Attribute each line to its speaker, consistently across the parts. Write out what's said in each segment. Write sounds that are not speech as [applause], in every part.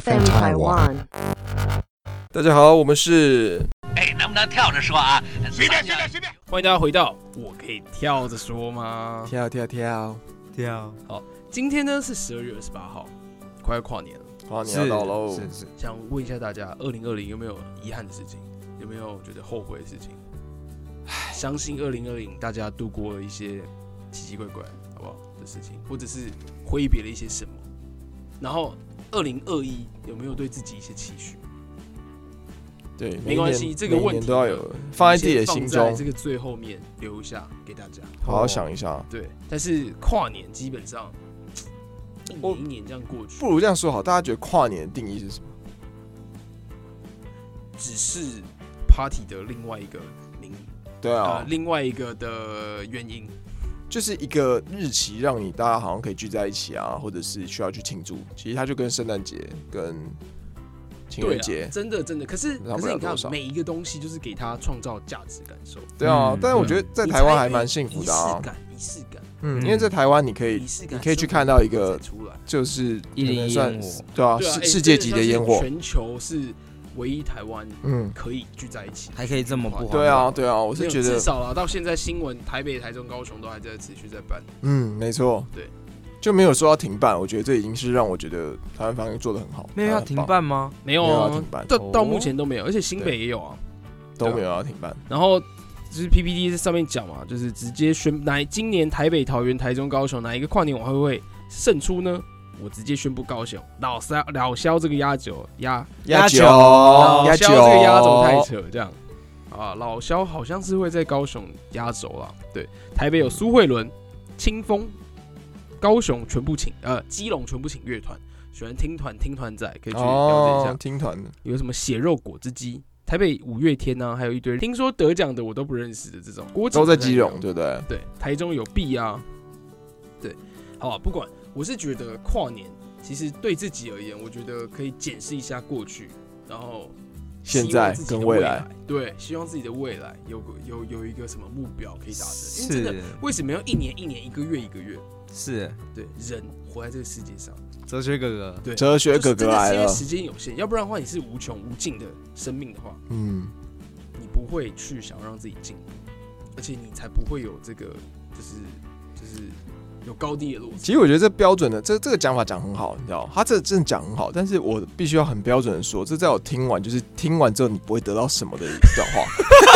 Speaker 1: FM Taiwan。
Speaker 2: 大家好，我们是
Speaker 3: 哎，能不能跳着说啊？随便随便随便。
Speaker 4: 欢迎大家回到我可以跳着说吗？
Speaker 2: 跳跳跳，
Speaker 5: 跳，
Speaker 4: 今天呢是十二月二十八号，快要跨年了，
Speaker 2: 跨年要到喽！
Speaker 5: 是是，
Speaker 4: 想问一下大家，二零二零有没有遗憾的事情？有没有觉得后悔的事情？相信二零二零大家度过了一些奇奇怪怪，好不好的事情，或者是挥别了一些什么。然后二零二一有没有对自己一些期许？
Speaker 2: 对，
Speaker 4: 没关系
Speaker 2: 每一年
Speaker 4: 这个问题
Speaker 2: 每一年都要有放在自己的心
Speaker 4: 先放
Speaker 2: 中
Speaker 4: 在，这个最后面留下给大家。
Speaker 2: 好好想一下。
Speaker 4: 对，但是跨年基本上一
Speaker 2: 我
Speaker 4: 年一年这样过去，
Speaker 2: 不如这样说好，大家觉得跨年的定义是什么？
Speaker 4: 只是 party 的另外一个名义，
Speaker 2: 对
Speaker 4: 呃
Speaker 2: 啊，，
Speaker 4: 另外一个的原因。
Speaker 2: 就是一个日期让你大家好像可以聚在一起啊，或者是需要去庆祝。其实它就跟圣诞节、跟情
Speaker 4: 对
Speaker 2: 人
Speaker 4: 啊
Speaker 2: 节，，
Speaker 4: 真的真的，可是
Speaker 2: 拿
Speaker 4: 可
Speaker 2: 不
Speaker 4: 是
Speaker 2: 了
Speaker 4: 你
Speaker 2: 多
Speaker 4: 看
Speaker 2: 少
Speaker 4: 每一个东西就是给他创造价值感受，哎
Speaker 2: 对啊
Speaker 5: 嗯。
Speaker 2: 但是我觉得在台湾还蛮幸福的啊
Speaker 4: 仪式，感，仪式感，
Speaker 2: 嗯，
Speaker 5: 嗯
Speaker 2: 因为在台湾你可以
Speaker 4: 仪式感，
Speaker 2: 你可以去看到一个
Speaker 4: 生活才出来，
Speaker 2: 就是可
Speaker 5: 一零
Speaker 2: 能
Speaker 5: 一
Speaker 2: 算
Speaker 5: 烟火
Speaker 2: 对啊，
Speaker 4: 对啊
Speaker 2: 世
Speaker 4: 哎
Speaker 2: 世界级
Speaker 4: 这
Speaker 2: 的
Speaker 4: 个
Speaker 2: 烟
Speaker 4: 算是
Speaker 2: 火，
Speaker 4: 全球是唯一台湾
Speaker 2: 嗯，
Speaker 4: 可以聚在一起。
Speaker 5: 还可以这么不
Speaker 2: 对啊，对啊，我
Speaker 4: 我
Speaker 2: 是觉
Speaker 4: 至
Speaker 2: 得，
Speaker 4: 少啦，到现在新闻，台北、台中、高雄都还在持续在办。
Speaker 2: 嗯，没错，
Speaker 4: 对，
Speaker 2: 就没有说要停办，我觉得这已经是让我觉得台湾方面做的很好，
Speaker 5: 没有要
Speaker 2: 台湾很
Speaker 5: 停
Speaker 2: 棒，
Speaker 5: 办吗？
Speaker 4: 没
Speaker 2: 没
Speaker 4: 有
Speaker 2: 有要
Speaker 4: 啊
Speaker 2: 停，办，
Speaker 4: 到到
Speaker 5: 哦
Speaker 4: 目前都没有，而且新北也有啊。
Speaker 2: 都没有要停办，
Speaker 4: 然后就是 PPT 上面讲嘛，就是直接宣哪今年台北、桃园、台中、高雄哪一个跨年晚会会胜出呢？我直接宣布高雄老萧老萧这个压轴压
Speaker 5: 压
Speaker 2: 酒，
Speaker 5: 酒
Speaker 2: 压
Speaker 4: 老
Speaker 2: 酒，
Speaker 4: 萧这个哦压轴太扯，这样啊，老萧好像是会在高雄压轴啦。对，台北有苏慧伦、清风，高雄全部请呃，基隆全部请乐团，喜欢听团听团仔可以去了解一下
Speaker 2: 哦，。听团的，
Speaker 4: 有什么血肉果汁机，台北五月天啊呢、还有一堆听说得奖的我都不认识的这种，国际
Speaker 2: 都在
Speaker 4: 比赛
Speaker 2: 基
Speaker 4: 有
Speaker 2: 隆，对不对？
Speaker 4: 对，台中有 B 啊，对，好、啊，不管，我是觉得跨年其实对自己而言，我觉得可以检视一下过去，然后希
Speaker 2: 现
Speaker 4: 望
Speaker 2: 在
Speaker 4: 自己的
Speaker 2: 跟
Speaker 4: 未
Speaker 2: 未来，，
Speaker 4: 对，希望自己的未来有个有有一个什么目标
Speaker 2: 哎
Speaker 4: 可以达成，因为真的
Speaker 5: 是
Speaker 4: 为什么要一年一年一个月一个月？
Speaker 5: 是，
Speaker 4: 对，人活在这个世界上，
Speaker 5: 哲学哥哥，
Speaker 4: 对，
Speaker 2: 哲学
Speaker 4: 就
Speaker 2: 哥
Speaker 4: 是真
Speaker 2: 哥
Speaker 4: 的
Speaker 2: 来
Speaker 4: 是因为
Speaker 2: 了，
Speaker 4: 时间有限，要不然的话你是无穷无尽的生命的话，
Speaker 2: 嗯，
Speaker 4: 你不会去想让自己进步，而且你才不会有这个就是就是有高低的落差。
Speaker 2: 其实我觉得这标准的这这个讲法讲很好，你知道，他这真的讲很好，但是我必须要很标准的说，这在我听完就是听完之后你不会得到什么的一段话，
Speaker 4: [laughs]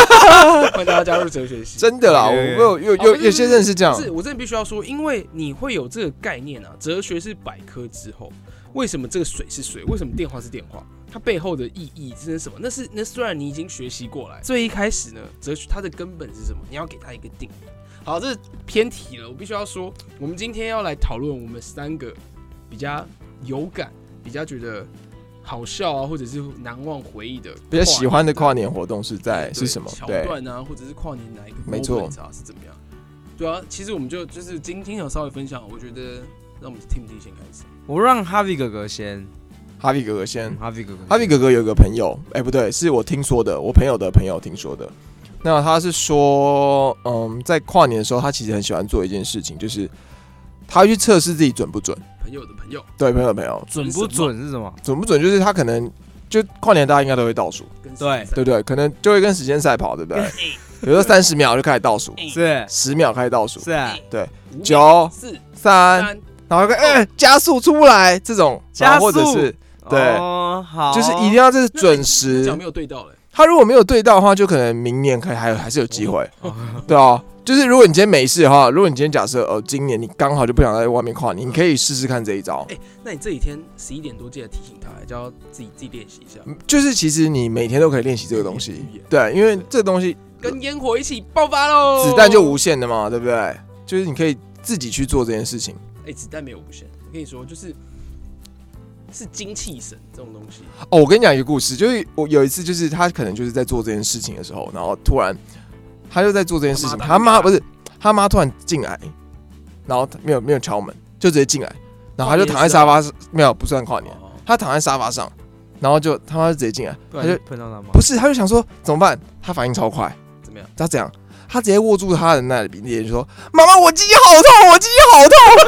Speaker 4: 欢迎大家加入哲学系。
Speaker 2: 真的啦，我
Speaker 5: 对
Speaker 2: 有有
Speaker 4: 哦不
Speaker 2: 有
Speaker 4: 是
Speaker 2: 有些人是这样，
Speaker 4: 是我真的必须要说，因为你会有这个概念啊，哲学是百科之后，为什么这个水是水，为什么电话是电话，它背后的意义是什么？那是那虽然你已经学习过来，最一开始呢，哲学它的根本是什么？你要给它一个定义。好，这是偏题了，我必须要说，我们今天要来讨论我们三个比较有感、比较觉得好笑啊，或者是难忘回忆的
Speaker 2: 比较喜欢的跨
Speaker 4: 年。
Speaker 2: 年活动是在是什么？
Speaker 4: 桥
Speaker 2: 对，
Speaker 4: 段啊，或者是跨年哪一个
Speaker 2: 没错
Speaker 4: moment 啊是怎么样？对啊，其实我们就就是今天有稍微分享，我觉得让我们 Team D 先开始。
Speaker 5: 我让哈维哥哥先，
Speaker 2: 哈比哥哥先
Speaker 5: 嗯，。哈维哥哥，
Speaker 2: 哈比哥哥有个朋友，哎、不对，是我听说的，我朋友的朋友听说的。那他是说，嗯，在跨年的时候，他其实很喜欢做一件事情，就是他会去测试自己准不准。
Speaker 4: 朋友的朋友
Speaker 2: 对，朋友的朋友
Speaker 5: 准不准是什么？
Speaker 2: 准不准，就是他可能就跨年，大家应该都会倒数，
Speaker 4: 跟
Speaker 5: 对
Speaker 2: 对不对？可能就会跟时间赛跑，对
Speaker 5: [laughs]
Speaker 2: 不对？
Speaker 3: 哎
Speaker 2: 比如说三十秒就开始倒数，
Speaker 5: 是
Speaker 2: 十秒开始倒数，
Speaker 5: 是啊，
Speaker 2: 九
Speaker 4: 四
Speaker 2: 三，
Speaker 4: 三，
Speaker 2: 然后就哎、加速出来这种，
Speaker 5: 加
Speaker 2: 然后或者
Speaker 5: 速
Speaker 2: 是对
Speaker 5: 哦好，
Speaker 2: 就是一定要这是准
Speaker 4: 这
Speaker 2: 时
Speaker 5: 哦
Speaker 4: 样。没有对到嘞，
Speaker 2: 他如果没有对到的话，就可能明年可以还有还是有机会，
Speaker 5: 哦
Speaker 2: 对啊。就是如果你今天没事的话，如果你今天假设呃今年你刚好就不想在外面跨年，你可以试试看这一招。
Speaker 4: 哎那你这几天十一点多记得提醒他，叫他自己自己练习一下，
Speaker 2: 嗯就是其实你每天都可以练习这个东西，对，因为这个东西
Speaker 4: 跟烟火一起爆发喽！
Speaker 2: 子弹就无限的嘛，对不对？就是你可以自己去做这件事情。
Speaker 4: 哎，子弹没有无限，我跟你说，就是是精气神这种东西，
Speaker 2: 哦，我跟你讲一个故事，就是我有一次，就是他可能就是在做这件事情的时候，然后突然他就在做这件事情，他
Speaker 4: 他妈
Speaker 2: 妈
Speaker 4: 打
Speaker 2: 不是他妈突然进来，然后他没有没有敲门，就直接进来，然后他就躺在沙发上，没有不算跨年，
Speaker 4: 哦
Speaker 2: 他躺在沙发上，然后就他妈就直接进来，他
Speaker 5: 不然
Speaker 2: 就
Speaker 5: 就碰到他吗？
Speaker 2: 不是他就想说怎么办，他反应超快，
Speaker 4: 怎么样？
Speaker 2: 他怎样？他直接握住他的那里脸说：“妈妈，我鸡鸡好痛，我鸡鸡好痛。”
Speaker 4: 们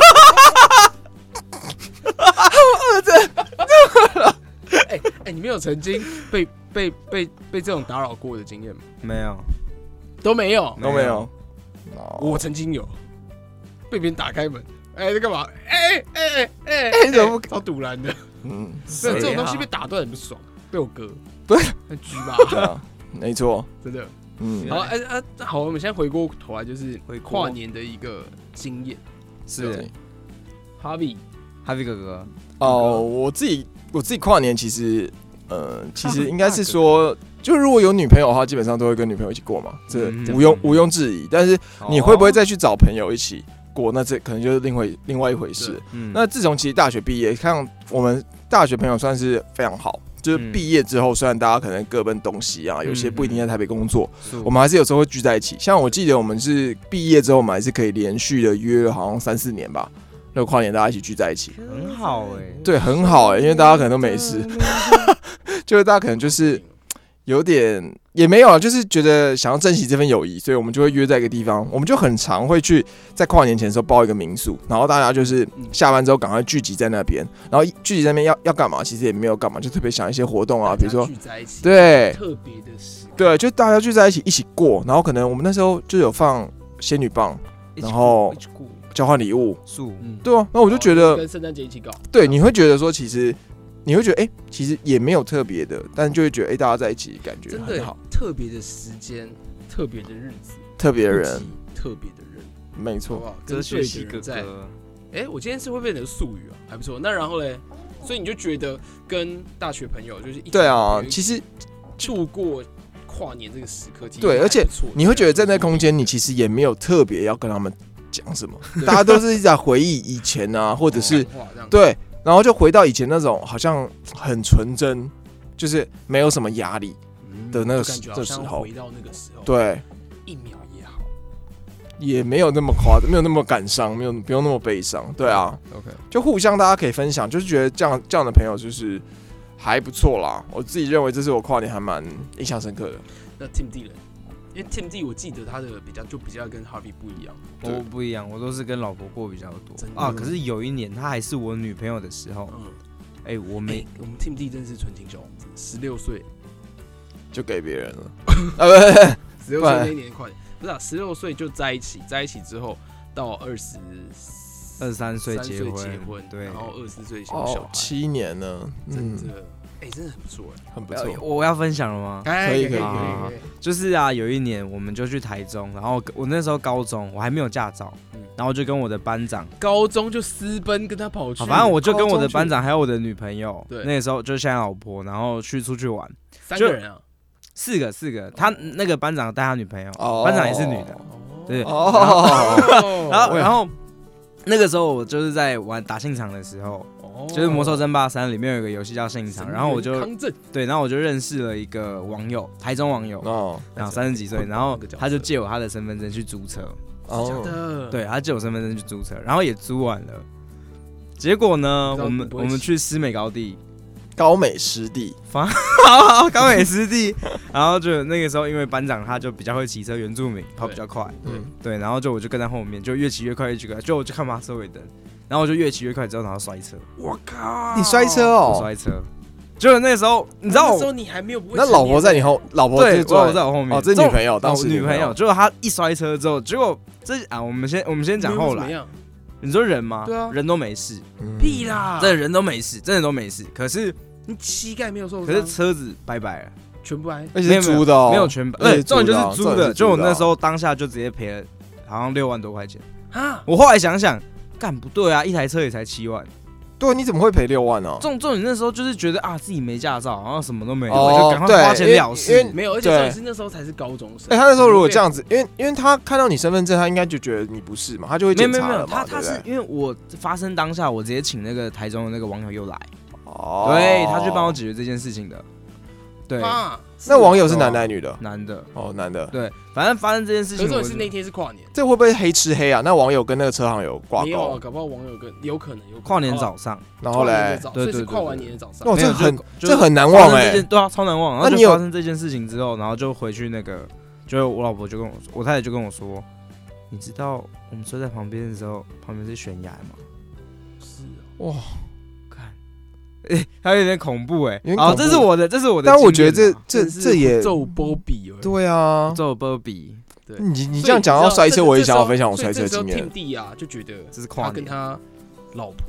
Speaker 4: 哎有曾经被被被被这种打扰过的经验吗？
Speaker 5: 没有，
Speaker 4: 都没有。
Speaker 2: 都没有。
Speaker 4: 我
Speaker 2: 哦，
Speaker 4: 曾经有被别人打开门，哎、在干嘛？哎哎哎哎，
Speaker 2: 哎怎么
Speaker 4: 哎超堵然的？
Speaker 2: 嗯，
Speaker 4: 这
Speaker 5: 谁
Speaker 4: 这种
Speaker 5: 啊
Speaker 4: 东西被打断很不爽，被我哥
Speaker 2: 对
Speaker 4: 很举
Speaker 2: [laughs]
Speaker 4: 吧，
Speaker 2: 对啊，没错，
Speaker 4: 真的。
Speaker 2: 嗯
Speaker 4: 好，哎、啊，好，我们现在回过头来，就是
Speaker 5: 回锅
Speaker 4: 跨年的一个经验。
Speaker 5: 是
Speaker 4: Harvey，
Speaker 5: 哈维哥哥，
Speaker 2: 哦，我自己我自己跨年其实，呃，其实应该是说，就如果有女朋友的话，基本上都会跟女朋友一起过嘛，这
Speaker 5: 嗯
Speaker 2: 毋庸毋庸置疑。但是你会不会再去找朋友一起过，那这可能就是另外另外一回事
Speaker 4: 对。
Speaker 5: 嗯
Speaker 2: 那自从其实大学毕业，看我们大学朋友算是非常好。就是
Speaker 5: 嗯
Speaker 2: 毕业之后，虽然大家可能各奔东西啊，有些不一定在台北工作，
Speaker 5: 是
Speaker 2: 我们还是有时候会聚在一起。像我记得我们是毕业之后，我们还是可以连续的约，好像三四年吧，那跨年大家一起聚在一起。
Speaker 5: 很好哎，
Speaker 2: 对，很好哎、因为大家可能都没事，
Speaker 4: 嗯
Speaker 2: [laughs] 就是大家可能嗯就是有点也没有啊，就是觉得想要珍惜这份友谊，所以我们就会约在一个地方，我们就很常会去在跨年前的时候包一个民宿，然后大家就是
Speaker 4: 嗯
Speaker 2: 下班之后赶快聚集在那边，然后聚集在那边要要干嘛，其实也没有干嘛，就特别想一些活动啊，比如
Speaker 4: 大
Speaker 2: 说
Speaker 4: 家聚在一起，，
Speaker 2: 对
Speaker 4: 特别的时刻，
Speaker 2: 对，就大家聚在一起一起过，然后可能我们那时候就有放仙女棒然后
Speaker 5: 一起过
Speaker 2: 交换礼物，
Speaker 5: 树
Speaker 4: 嗯，
Speaker 2: 对啊，那我就觉
Speaker 4: 哦
Speaker 2: 得
Speaker 4: 跟圣诞节一起搞，
Speaker 2: 对，你会觉得说，其实你会觉得，哎、其实也没有特别的，但就会觉得，哎、大家在一起感觉
Speaker 4: 真
Speaker 2: 很
Speaker 4: 的
Speaker 2: 好，
Speaker 4: 特别的时间，特别的日子，
Speaker 2: 特别的人
Speaker 4: 以，及特别的人，
Speaker 2: 没
Speaker 4: 好不
Speaker 2: 错，
Speaker 4: 好？
Speaker 5: 哲
Speaker 4: 跟
Speaker 5: 学
Speaker 4: 对
Speaker 5: 系
Speaker 4: 的
Speaker 5: 哥
Speaker 4: 人在。
Speaker 5: 哥，
Speaker 4: 哎，我今天是会变成术语啊，还不错。那然后嘞，所以你就觉得跟大学朋友就是一起
Speaker 2: 对啊，
Speaker 4: 有一
Speaker 2: 其实
Speaker 4: 度过跨年这个时刻，其实
Speaker 2: 对
Speaker 4: 还
Speaker 2: 而且
Speaker 4: 不错
Speaker 2: 你会觉得站在空间，你其实也没有特别要跟他们讲什么，大家都是一直在回忆以前啊，或者是
Speaker 4: 讲话这样
Speaker 2: 对，然后就回到以前那种好像很纯真，就是没有什么压力
Speaker 4: 嗯
Speaker 2: 的那个
Speaker 4: 就感
Speaker 2: 时
Speaker 4: 觉
Speaker 2: 的
Speaker 4: 好
Speaker 2: 时
Speaker 4: 像
Speaker 2: 候
Speaker 4: 回到那个时候，，
Speaker 2: 对，
Speaker 4: 一秒也好。
Speaker 2: 也没有那么夸张，没有那么感伤，没有不用那么悲伤，对啊，
Speaker 4: OK，
Speaker 2: 就互相大家可以分享，就是觉得这样这样的朋友就是还不错啦。我自己认为这是我跨年还蛮印象深刻的。
Speaker 4: 那 Tim D 人，因为 Tim D 我记得他的比较就比较跟 Harvey 不一样，
Speaker 5: 我不一样，我都是跟老婆过比较多
Speaker 4: 真的
Speaker 5: 啊。可是有一年她还是我女朋友的时
Speaker 2: 哦
Speaker 5: 候，
Speaker 4: 嗯，
Speaker 5: 哎，我
Speaker 4: 没、
Speaker 5: 没
Speaker 4: 我们 Tim D 真是纯情小王子，十六岁，
Speaker 2: 就给别人
Speaker 5: [laughs]
Speaker 2: 了，啊不不不，
Speaker 4: 十六岁那一年跨年，不是啊，十六岁就在一起，在一起之后到二十
Speaker 5: 二十三岁
Speaker 4: 三
Speaker 5: 结
Speaker 4: 岁
Speaker 5: 婚，
Speaker 4: 结婚，
Speaker 5: 对
Speaker 4: 然，后二十岁生小
Speaker 2: 哦
Speaker 4: 孩，，
Speaker 2: 七年了，嗯，
Speaker 4: 真的，哎、真的很不错哎，
Speaker 2: 很不
Speaker 5: 呃
Speaker 2: 错。啊
Speaker 5: 我要分享了吗？
Speaker 4: 哎
Speaker 2: 可以可以
Speaker 5: 可以就是啊，有一年我们就去台中，然后我那时候高中，我还没有驾照，
Speaker 4: 嗯
Speaker 5: 然后就跟我的班长，
Speaker 4: 高中就私奔跟他跑去，
Speaker 5: 好啊反正我就跟我
Speaker 2: 高中
Speaker 5: 的
Speaker 2: 去
Speaker 5: 班长还有我的女朋友，
Speaker 4: 对
Speaker 5: 那个时候就是现在老婆，然后去出去玩，
Speaker 4: 三个人啊，
Speaker 5: 四个四个，他那个班长带他女朋友，
Speaker 2: 哦
Speaker 5: 班长也是女的，
Speaker 4: 哦
Speaker 5: 对，
Speaker 2: 哦，
Speaker 5: [laughs] 然
Speaker 4: 然
Speaker 5: 后然后那个时候我就是在玩打信场的时候，
Speaker 2: 哦
Speaker 4: 后
Speaker 5: 就是《魔兽争霸三》里面有一个游戏叫信场，然后我就
Speaker 4: 哦康正
Speaker 5: 对，然后我就认识了一个网友，台中 [laughs] 网友，
Speaker 2: 哦
Speaker 5: 然后三十几岁，然后
Speaker 4: 那个角色嗯
Speaker 5: 他就借我他的身份证去租车，
Speaker 4: 假
Speaker 2: 哦，
Speaker 4: 的，
Speaker 5: 对他借我身份证去租车，然后也租完了。结果呢，
Speaker 4: 你知道
Speaker 5: 我们
Speaker 4: 不
Speaker 5: 我
Speaker 4: 会
Speaker 5: 们
Speaker 4: 骑
Speaker 5: 去师美高地，
Speaker 2: 高美湿地，
Speaker 5: 好，高美湿
Speaker 4: [laughs]
Speaker 5: 地，然后就那个时候因为班长他就比较会骑车，原住民跑比较快，
Speaker 2: 嗯，
Speaker 5: 对，然后就我就跟在后面，就越骑越快，越骑越快，就我就看他车尾灯，然后我就越骑越快，之后然后摔车，
Speaker 4: 我靠，
Speaker 2: 你摔车
Speaker 5: 嗯我
Speaker 2: 哦，
Speaker 5: 摔车，就那个时候你
Speaker 4: 你
Speaker 5: 知道
Speaker 4: 那时候
Speaker 5: 我，
Speaker 4: 你还没有不会
Speaker 2: 那老婆在你后，老婆
Speaker 5: 对，
Speaker 2: 是坐
Speaker 5: 我在我后面，
Speaker 2: 哦，这
Speaker 5: 之后
Speaker 2: 女朋友，当
Speaker 5: 哦
Speaker 2: 时
Speaker 5: 女
Speaker 2: 朋
Speaker 5: 朋友，，结果他一摔车之后，结果这啊，我们先我们先讲后来，
Speaker 4: 来，
Speaker 5: 你说人吗？
Speaker 4: 对啊
Speaker 5: 人都没事，
Speaker 2: 嗯
Speaker 4: 屁，啦，
Speaker 5: 真的人都没事，真的都没事，可是
Speaker 4: 你膝盖没有受
Speaker 5: 可是
Speaker 4: 伤，
Speaker 5: 车子拜拜了。
Speaker 4: 全部挨
Speaker 2: 而且是租的哦，
Speaker 5: 没有全版，
Speaker 2: 而且
Speaker 5: 对，重点
Speaker 2: 租的啊
Speaker 5: 就是租
Speaker 2: 重点
Speaker 5: 的。
Speaker 2: 是
Speaker 5: 就我
Speaker 2: 租的啊
Speaker 5: 那时候当下就直接赔了，好像六万多块钱。
Speaker 4: 啊，
Speaker 5: 我后来想想，干不对啊，一台车也才七万。
Speaker 2: 对，你怎么会赔六万哦呢？
Speaker 5: 重重点那时候就是觉得啊，自己没驾照，然后什么都没有，
Speaker 2: 哦
Speaker 5: 就赶快花钱
Speaker 2: 对
Speaker 5: 了
Speaker 2: 因为因
Speaker 5: 事
Speaker 2: 为。
Speaker 4: 没有，而且
Speaker 2: 对
Speaker 4: 重点是那时候才是高中生，
Speaker 2: 哎、他那时候如果这样子，因为因为他看到你身份证，他应该就觉得你不是嘛，他就会
Speaker 5: 没
Speaker 2: 检
Speaker 5: 有没有
Speaker 2: 查
Speaker 5: 没有，
Speaker 2: 了
Speaker 5: 他
Speaker 2: 嘛，对
Speaker 5: 他
Speaker 2: 不
Speaker 5: 是
Speaker 2: 对？
Speaker 5: 因为我发生当下，我直接请那个台中的那个网友又来，
Speaker 2: 哦
Speaker 5: 对，他去帮我解决这件事情的。对，
Speaker 4: 啊，
Speaker 2: 那网友是男的女的？
Speaker 5: 男的，
Speaker 2: 哦，男的。
Speaker 5: 对，反正发生这件事
Speaker 4: 可是
Speaker 5: 情，
Speaker 4: 重
Speaker 5: 我
Speaker 4: 点是那天是跨年，
Speaker 2: 这会不会黑吃黑啊？那网友跟那个车行有挂
Speaker 4: 没有啊，
Speaker 2: 钩，
Speaker 4: 搞不好网友跟有可能有可能
Speaker 5: 跨年
Speaker 4: 好不好
Speaker 5: 早上，
Speaker 2: 然后哎
Speaker 4: 跨年
Speaker 2: 嘞
Speaker 4: 的，早所
Speaker 5: 对
Speaker 4: 以是
Speaker 5: 对对
Speaker 4: 跨完
Speaker 5: 对
Speaker 4: 年的早上，
Speaker 2: 哇，
Speaker 5: 没有
Speaker 2: 这
Speaker 5: 就
Speaker 2: 很
Speaker 5: 就
Speaker 2: 这很难
Speaker 5: 发
Speaker 2: 忘
Speaker 5: 生这
Speaker 2: 哎、
Speaker 5: 件对啊，超难忘。然
Speaker 2: 那
Speaker 5: 后
Speaker 2: 你
Speaker 5: 就发
Speaker 2: 有
Speaker 5: 生这件事情之后，然后就回去那个，就我老婆就跟我说，我太太就跟我说，你知道我们车在旁边的时候，旁边是悬崖吗？
Speaker 4: 是哦
Speaker 5: [laughs]
Speaker 2: 哇，
Speaker 5: 看，欸还有点恐怖哎、
Speaker 2: 有点
Speaker 5: 好，
Speaker 2: 恐怖
Speaker 5: 这是我的，这是我的经验啊。
Speaker 2: 但我觉得这这这也
Speaker 4: 揍波比而已。
Speaker 2: 对啊，
Speaker 5: 做波比，
Speaker 2: 你你
Speaker 4: 你
Speaker 2: 这样讲到摔车，我也想要分享我摔车的经
Speaker 4: 天
Speaker 2: 验。
Speaker 4: 地啊，就觉得
Speaker 5: 这是
Speaker 4: 他
Speaker 5: 跨
Speaker 4: 跟
Speaker 5: 年，
Speaker 4: 他老婆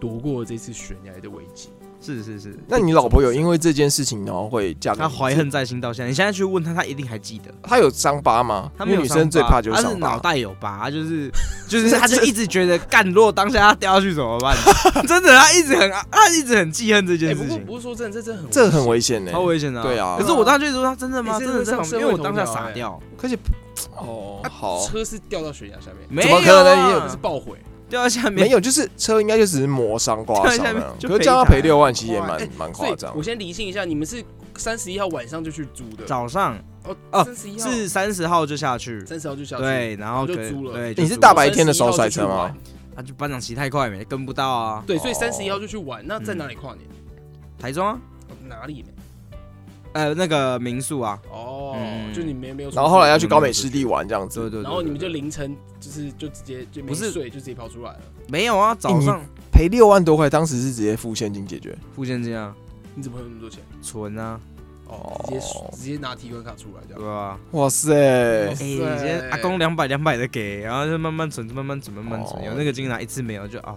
Speaker 4: 躲过这次悬崖的危机。
Speaker 5: 是是是。
Speaker 2: 那你老婆有因为这件事情然后会嫁给
Speaker 5: 他
Speaker 2: 你
Speaker 5: 怀恨？在心到现在，你现在去问他，他一定还记得。
Speaker 2: 她有伤疤吗？
Speaker 5: 他
Speaker 2: 因为
Speaker 5: 没有
Speaker 2: 女
Speaker 5: 伤疤
Speaker 2: 生最怕就是
Speaker 5: 他是
Speaker 2: 伤疤。
Speaker 5: 脑袋有疤，
Speaker 2: [laughs]
Speaker 5: 他就是就是他就一直觉得干，如果当下他掉下去怎么
Speaker 2: [laughs]
Speaker 5: 办？真的，他一直很他一直很记恨这
Speaker 4: 哎，
Speaker 5: 件
Speaker 4: 不
Speaker 5: 事
Speaker 4: 过
Speaker 5: 情，
Speaker 4: 不是说真的，这真的很
Speaker 2: 这很危险呢、
Speaker 5: 超危险的啊。
Speaker 2: 对啊
Speaker 5: 可是我当时就说他真的吗？
Speaker 4: 哎这
Speaker 5: 真
Speaker 4: 是
Speaker 5: 的在
Speaker 4: 上
Speaker 5: 旁
Speaker 4: 社
Speaker 5: 边，
Speaker 4: 会
Speaker 5: 因为我当下
Speaker 4: 头条
Speaker 5: 傻
Speaker 4: 哎
Speaker 5: 掉，
Speaker 2: 可是哦，好，
Speaker 4: 车是掉到悬崖下面，
Speaker 5: 没
Speaker 2: 怎么
Speaker 5: 有
Speaker 2: 可能
Speaker 5: 啊
Speaker 2: 也有
Speaker 4: 那是爆毁。
Speaker 5: 掉到下面
Speaker 2: 没有，就是车应该就只是磨伤、刮伤啊
Speaker 5: 对下面
Speaker 2: 了。
Speaker 5: 就
Speaker 2: 可是这样要赔
Speaker 5: 赔
Speaker 2: 六万，其实也蛮
Speaker 4: 哎
Speaker 2: 蛮
Speaker 4: 所
Speaker 2: 夸
Speaker 4: 以
Speaker 2: 张
Speaker 4: 我。先厘清一下，你们是三十一号晚上就去租的，
Speaker 5: 早上
Speaker 4: 哦，
Speaker 5: 哦
Speaker 4: 三十一号
Speaker 5: 是三十号就下去，
Speaker 4: 三十号就下去，
Speaker 5: 对，然
Speaker 4: 然
Speaker 5: 后
Speaker 4: 后就
Speaker 5: 可
Speaker 4: 租了
Speaker 5: 对，
Speaker 2: 你
Speaker 5: 就是租
Speaker 2: 大
Speaker 5: 了
Speaker 2: 白天的时候
Speaker 4: 31号
Speaker 2: 摔
Speaker 4: 就去
Speaker 2: 车吗
Speaker 4: 玩？？
Speaker 5: 他就班长骑太快没跟不到啊，
Speaker 4: 对，所以
Speaker 2: 哦
Speaker 4: 三十一号就去玩。那
Speaker 2: 嗯
Speaker 4: 在哪里跨年？
Speaker 5: 台中啊，
Speaker 4: 哦哪里呢？
Speaker 5: 呃，那个民宿啊，
Speaker 4: 哦，
Speaker 5: 嗯
Speaker 4: 就你们没有出去。
Speaker 2: 然后后来要去高
Speaker 4: 嗯
Speaker 2: 美湿地玩这样
Speaker 5: 对
Speaker 2: 子，
Speaker 5: 对对，
Speaker 4: 然后你们就
Speaker 5: 对
Speaker 4: 凌晨就是就直接就没
Speaker 5: 不是
Speaker 4: 睡就直接跑出来了，
Speaker 5: 没有啊，早上
Speaker 2: 赔六万多块，当时是直接付现金解决。
Speaker 5: 付现金啊，
Speaker 4: 你怎么会有那么多钱？
Speaker 5: 存啊，
Speaker 4: 哦，直接
Speaker 2: 哦
Speaker 4: 直接拿提款卡出来这
Speaker 5: 对
Speaker 4: 样。
Speaker 5: 吧？
Speaker 2: 哇塞
Speaker 5: 哎，
Speaker 4: 对
Speaker 5: 你先阿公两百两百的给，然后就慢慢存，慢慢存，慢慢存，
Speaker 2: 哦
Speaker 5: 有那个金额一次没有就啊，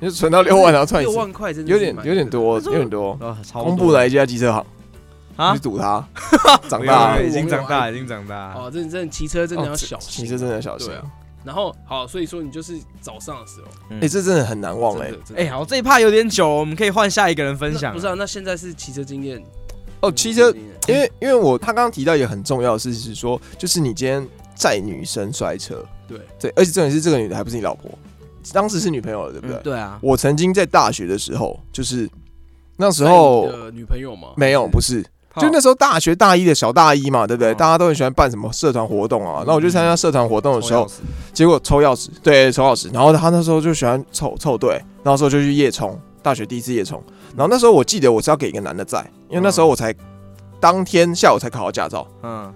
Speaker 2: 你就存到六万，然后突然一
Speaker 4: 六
Speaker 2: 次
Speaker 4: 万块真的
Speaker 2: 有点
Speaker 4: 是蛮
Speaker 2: 有点多，有点多。
Speaker 5: 哦，超多
Speaker 2: 公布来一家机车行，
Speaker 5: 啊
Speaker 2: 去，堵 [laughs] 他，长
Speaker 5: 不
Speaker 2: 大
Speaker 5: 要
Speaker 2: 了
Speaker 5: 已经长大，
Speaker 4: 我
Speaker 5: 已经长大，
Speaker 4: 哦，真的真的骑车真的要
Speaker 2: 啊哦这
Speaker 4: 小心
Speaker 2: 骑车，真的要小心
Speaker 4: 对。啊。然后好，所以说你就是早上的时候，
Speaker 2: 哎，这真的很难忘哎
Speaker 4: 真。的真的
Speaker 5: 哎，好，这一趴有点久，我们可以换下一个人分享，
Speaker 4: 那不是啊？那现在是骑车经验
Speaker 2: 哦，骑车
Speaker 4: 经验
Speaker 2: 因为因为我他刚刚提到一个很重要的事是说，就是你今天载女生摔车，
Speaker 4: 对
Speaker 2: 对，而且重点是这个女的还不是你老婆，当时是女朋友了，对不对？
Speaker 5: 嗯对啊，
Speaker 2: 我曾经在大学的时候，就是那时候
Speaker 4: 在啊你的女朋友吗？
Speaker 2: 没有，不是，就那时候大学大一的小大一嘛，对不对？
Speaker 5: 嗯
Speaker 2: 大家都很喜欢办什么社团活动啊，那我就参加社团活动的时候，
Speaker 5: 抽钥匙
Speaker 2: 结果抽钥匙，对，抽钥匙。然后他那时候就喜欢凑凑队，那时候就去夜冲，大学第一次夜冲。然后那时候我记得我是要给一个男的载，因为那时候我才当天下午才考到驾照，
Speaker 5: 嗯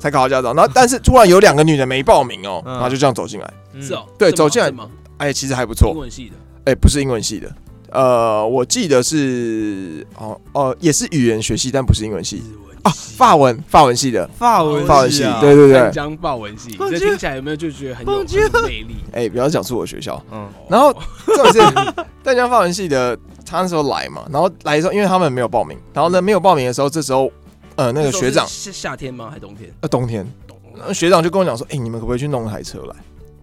Speaker 2: 才考到驾照。然后但是突然有两个女的没报名哦，
Speaker 5: 嗯
Speaker 2: 然后就这样走进来，
Speaker 5: 嗯
Speaker 4: 是哦，
Speaker 2: 对
Speaker 4: 这么
Speaker 2: 走进来
Speaker 4: 这么
Speaker 2: 哎，其实还不
Speaker 4: 英
Speaker 2: 错，
Speaker 4: 文系的，
Speaker 2: 哎，不是英文系的。呃，我记得是哦哦、也是语言学系，但不是英文系
Speaker 4: 日文
Speaker 2: 啊，
Speaker 4: 系
Speaker 2: 法文法文系的，
Speaker 5: 法文
Speaker 2: 法文系
Speaker 5: 啊，
Speaker 2: 对对对
Speaker 4: 湛江法文系，
Speaker 5: Bonjour
Speaker 4: 这听起来有没有就觉得很有
Speaker 5: Bonjour
Speaker 4: 很有魅力？
Speaker 2: 哎、不要讲出我学校，
Speaker 5: 嗯
Speaker 2: [laughs] 然后重点是淡江法文系的，他那时候来嘛，然后来的时候，因为他们没有报名，然后呢没有报名的时候，这时候呃那个学长
Speaker 4: 是夏天吗？还冬天？
Speaker 2: 呃冬天，
Speaker 4: 冬
Speaker 2: 那学长就跟我讲说，哎、你们可不可以去弄台车来？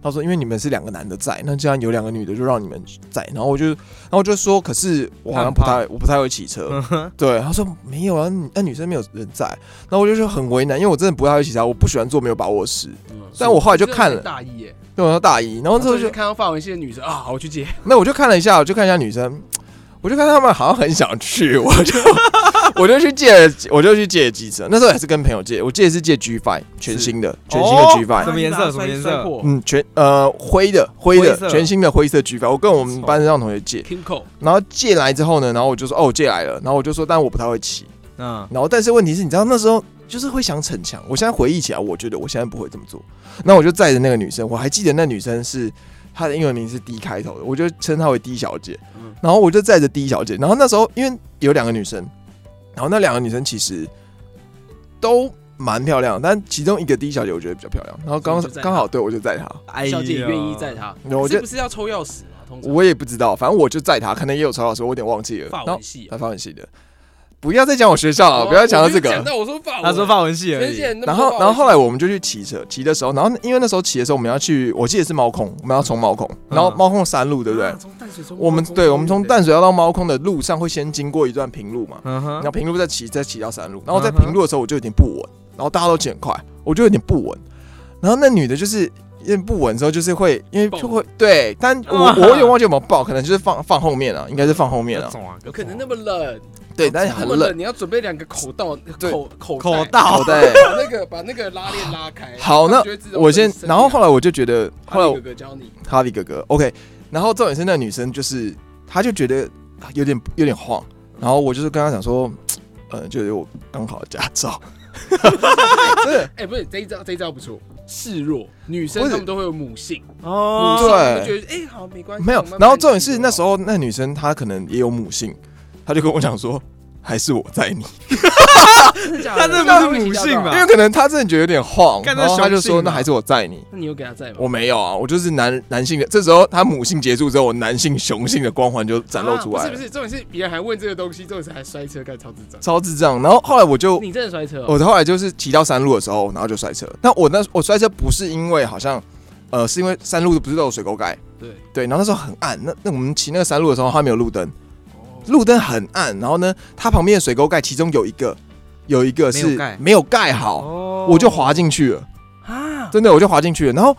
Speaker 2: 他说，因为你们是两个男的在，那既然有两个女的，就让你们在。然后我就，然后我就说，可是我好像不太，我不太会骑车。对，他说没有啊，你那女生没有人在。然后我就说很为难，因为我真的不太会骑车，我不喜欢做没有把握的事。
Speaker 4: 嗯
Speaker 2: 但我后来就看了
Speaker 4: 这很大一耶，
Speaker 2: 因为我到大一，然后
Speaker 4: 然
Speaker 2: 之
Speaker 4: 后
Speaker 2: 后
Speaker 4: 就
Speaker 2: 就
Speaker 4: 看到法文系的女生啊，好我去接，
Speaker 2: 那我就看了一下，我就看一下女生，我就看她们好像很想去， [laughs] 我就我就去借了，我就去借了机车。那时候也是跟朋友借，我借的是借 G Five 全新的，全新的
Speaker 5: 哦
Speaker 2: G
Speaker 5: [laughs] 什
Speaker 2: Five，、
Speaker 5: 么颜色
Speaker 4: 把 [laughs] 它
Speaker 5: 什么颜
Speaker 4: 摔
Speaker 5: 色
Speaker 4: 破
Speaker 2: 嗯，全呃灰的灰的
Speaker 5: 灰色
Speaker 2: 全新的灰色 G Five，我跟我们班上同学借，
Speaker 4: ？Kimco
Speaker 2: 然后借来之后呢，然后我就说哦我借来了，然后我就说但我不太会骑，
Speaker 5: 嗯，
Speaker 2: 然后但是问题是你知道那时候。就是会想逞强，我现在回忆起来，我觉得我现在不会这么做。那我就载着那个女生，我还记得那女生是她的英文名是 D 开头的，我就称她为 D 小姐。
Speaker 4: 嗯
Speaker 2: 然后我就载着 D 小姐，然后那时候因为有两个女生，然后那两个女生其实都蛮漂亮的，但其中一个 D 小姐我觉得比较漂亮，然后刚
Speaker 4: 所以你就载她
Speaker 2: 刚好对我就载她，
Speaker 5: 哎呀
Speaker 4: 小姐愿意载她，
Speaker 2: 然后我
Speaker 4: 是
Speaker 2: 就
Speaker 4: 不是要抽钥匙啊？通常
Speaker 2: 我也不知道，反正我就载她，可能也有曹老师，我有点忘记了。
Speaker 4: 法
Speaker 2: 然后
Speaker 4: 文系啊
Speaker 2: 她，法文系的，不要再讲我学校啊了，不要讲到这
Speaker 4: 我没有讲
Speaker 2: 个。
Speaker 4: 到我说法文，
Speaker 5: 他说法文系而
Speaker 4: 全世
Speaker 5: 已，
Speaker 4: 界那么多
Speaker 2: 然
Speaker 4: 法文
Speaker 2: 后
Speaker 4: 系，，
Speaker 2: 然后后来我们就去骑车，骑的时候，然后因为那时候骑的时候我们要去，我记得是猫空，我们要从猫空，
Speaker 5: 嗯
Speaker 2: 然后猫空山路对不对
Speaker 4: 啊？从淡水从
Speaker 2: 我们
Speaker 4: 从
Speaker 2: 对，我们从
Speaker 4: 对
Speaker 2: 淡水要到猫空的路上会先经过一段平路嘛，
Speaker 5: 嗯
Speaker 2: 然
Speaker 5: 哼
Speaker 2: 后，平路再骑，再骑到山路，然后在
Speaker 5: 嗯哼
Speaker 2: 平路的时候我就有点不稳，然后大家都骑很快，我就有点不稳，然后那女的就是有点不稳之后就是会，因为
Speaker 4: 爆
Speaker 2: 就会对，但我
Speaker 5: 哇
Speaker 2: 我有点忘记有没有爆，可能就是放放后面了，应该是放后面
Speaker 5: 要
Speaker 2: 了，
Speaker 5: 走啊，
Speaker 4: 有可能那么冷，
Speaker 2: 对，但是
Speaker 4: 那
Speaker 2: 很
Speaker 4: 么
Speaker 2: 冷，
Speaker 4: 冷，你要准备两个口袋
Speaker 2: 对
Speaker 4: 口口
Speaker 5: 口
Speaker 4: 袋，
Speaker 5: 袋
Speaker 2: 好的，
Speaker 4: 把那个把那个拉链拉开。
Speaker 2: 好
Speaker 4: 他们
Speaker 2: 那
Speaker 4: 就会自动
Speaker 2: 我先
Speaker 4: 分，身
Speaker 2: 然后后来我就觉得，后来
Speaker 4: 哈利
Speaker 2: 我
Speaker 4: 哥哥教你，
Speaker 2: 哈利哥哥，OK，然后重点是那女生就是，她就觉得有点有点晃，然后我就是跟她讲说，呃，就是我刚考驾照， [laughs]
Speaker 4: [laughs] 哎，不是这一招这一招不错，示弱，女生
Speaker 2: 或者
Speaker 4: 她们都会有母性，
Speaker 5: 哦
Speaker 4: 母性
Speaker 2: 对
Speaker 4: 就觉得哎、好没关系，
Speaker 2: 没有
Speaker 4: 我慢。慢啊
Speaker 2: 然后重点是
Speaker 4: 来
Speaker 2: 那时候那女生她可能也有母性，她就跟我讲说，还是我载你，
Speaker 4: 真的假
Speaker 5: 她
Speaker 4: 的
Speaker 5: 这
Speaker 4: 这
Speaker 5: 不是
Speaker 4: 样会一起
Speaker 5: 母
Speaker 4: 叫
Speaker 5: 性
Speaker 4: 到
Speaker 5: 吧
Speaker 2: 因为可能她真的觉得有点晃，
Speaker 5: 干那
Speaker 2: 然后她就
Speaker 5: 雄性
Speaker 2: 说
Speaker 5: 啊
Speaker 2: 那还是我载你。
Speaker 4: 那你有给她在吗？
Speaker 2: 我没有啊，我就是男男性的。这时候她母性结束之后，我男性雄性的光环就展露出来
Speaker 4: 啊
Speaker 2: 了，
Speaker 4: 不是不是，重点是别人还问这个东西，重点是还摔车，干超智障。
Speaker 2: 超智障。然后后来我就
Speaker 4: 你真的摔车、哦？
Speaker 2: 我后来就是骑到山路的时候，然后就摔车。那我那我摔车不是因为好像，呃，是因为山路不是都有水沟盖？
Speaker 4: 对，
Speaker 2: 对，然后那时候很暗，那那我们骑那个山路的时候，它没有路灯，
Speaker 4: 哦
Speaker 2: 路灯很暗。然后呢，它旁边的水沟盖其中有一个有一个
Speaker 5: 没有
Speaker 2: 是
Speaker 5: 盖
Speaker 2: 没有盖好，
Speaker 5: 哦
Speaker 2: 我就滑进去了，
Speaker 4: 啊，
Speaker 2: 真的我就滑进去了。然后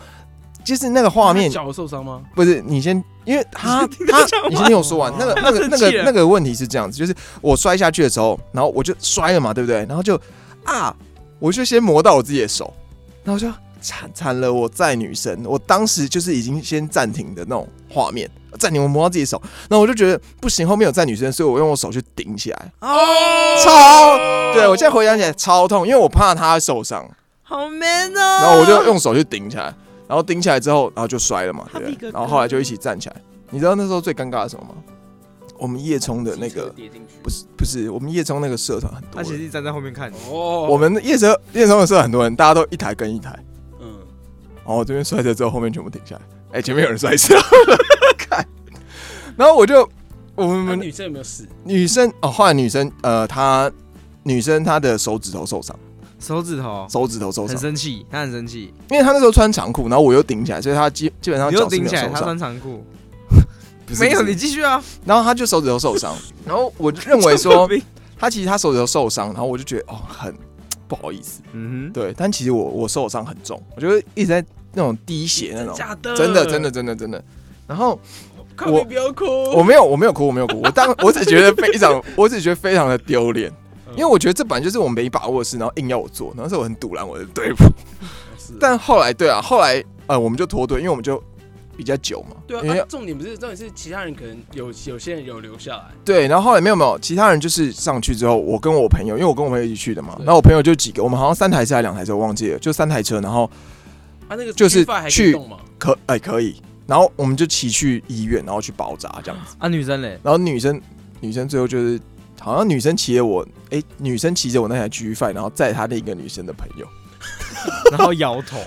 Speaker 2: 就是那个画面
Speaker 4: 她，脚有受伤吗？
Speaker 2: 不是你先，因为他
Speaker 5: [laughs] 你先听他
Speaker 2: 他
Speaker 5: 讲，
Speaker 2: 你先听我说完。那个那
Speaker 5: [laughs]
Speaker 2: 个那
Speaker 5: 生气
Speaker 2: 个
Speaker 5: 了
Speaker 2: 那个问题是这样子，就是我摔下去的时候，然后我就摔了嘛，对不对？然后就啊，我就先磨到我自己的手，然后我就惨惨了，我载女神，我当时就是已经先暂停的那种画面，暂停我磨到自己手，然后我就觉得不行，后面有载女生，所以我用我手去顶起来，
Speaker 5: 哦，
Speaker 2: 超，对我现在回想起来超痛，因为我怕她受伤，
Speaker 5: 好 man 哦。
Speaker 2: 然后我就用手去顶起来，然后顶起来之后，然后就摔了嘛，
Speaker 5: 哈
Speaker 2: 对
Speaker 5: 比
Speaker 2: 不
Speaker 5: 哥
Speaker 2: 对？
Speaker 5: 哥
Speaker 2: 然后后来就一起站起来。你知道那时候最尴尬的是什么吗？我们夜冲的那个
Speaker 4: 跌进去
Speaker 2: 不是不是，我们夜冲那个社团很
Speaker 5: 他
Speaker 2: 多
Speaker 5: 其
Speaker 2: 人，
Speaker 5: 实站在后面看你，
Speaker 4: 哦，
Speaker 2: 我们的夜车夜冲的社团很多人，大家都一台跟一台，
Speaker 4: 嗯，
Speaker 2: 然后我这边摔车之后，后面全部停下来，哎、前面有人摔车， [laughs] 看，然后我就我
Speaker 4: 那
Speaker 2: 们
Speaker 4: 啊女生有没有事？
Speaker 2: 女生哦，后来女生呃，她女生她的手指头受伤，
Speaker 5: 手指头
Speaker 2: 手指头受伤
Speaker 5: 很，生气，他很生气，
Speaker 2: 因为她那时候穿长裤，然后我又顶起来，所以她 [laughs] 基基本上
Speaker 5: 你
Speaker 2: 脚
Speaker 5: 又
Speaker 2: 是
Speaker 5: 顶
Speaker 2: 没有
Speaker 5: 起
Speaker 2: 受
Speaker 5: 来，他
Speaker 2: 伤
Speaker 5: 穿。长裤，
Speaker 2: 不是
Speaker 5: 没有，
Speaker 2: 不是
Speaker 5: 你继续啊。
Speaker 2: 然后他就手指头受伤，然后我认 [laughs] 为说他其实他手指头受伤，然后我就觉得哦很不好意思，
Speaker 5: 嗯哼，
Speaker 2: 对，但其实我我受伤很重，我就一直在那种滴血那种，
Speaker 4: 假的，
Speaker 2: 真的真的，真的真的。然后
Speaker 4: 靠
Speaker 2: 我
Speaker 4: 你不要哭，
Speaker 2: [laughs] 我没有我没有哭我没有哭，我当我只觉得非常我只觉得非常的丢脸，
Speaker 4: 嗯
Speaker 2: 因为我觉得这本来就是我没把握的事，然后硬要我做，然后是我很堵拦我的队伍。
Speaker 4: 是
Speaker 2: 但后来对啊，后来呃我们就脱队，因为我们就比较久嘛，
Speaker 4: 对
Speaker 2: 因
Speaker 4: 啊
Speaker 2: 为
Speaker 4: 啊，重点不是重点是其他人可能有有些人有留下来，
Speaker 2: 对，然后后来没有没有，其他人就是上去之后，我跟我朋友，因为我跟我朋友一起去的嘛，
Speaker 4: 对
Speaker 2: 然后我朋友就几个，我们好像三台车还是两台车，我忘记了，就三台车，然后
Speaker 4: 啊，那个
Speaker 2: 就是
Speaker 4: 吃饭还可以
Speaker 2: 去
Speaker 4: 动吗？
Speaker 2: 可哎、可以，然后我们就骑去医院，然后去包扎这样子，
Speaker 5: 啊，女生嘞，
Speaker 2: 然后女生女生最后就是好像女生骑着我，哎、女生骑着我那台 G Five，然后载她的一个女生的朋友，
Speaker 5: 然后
Speaker 2: [laughs]
Speaker 5: 摇头，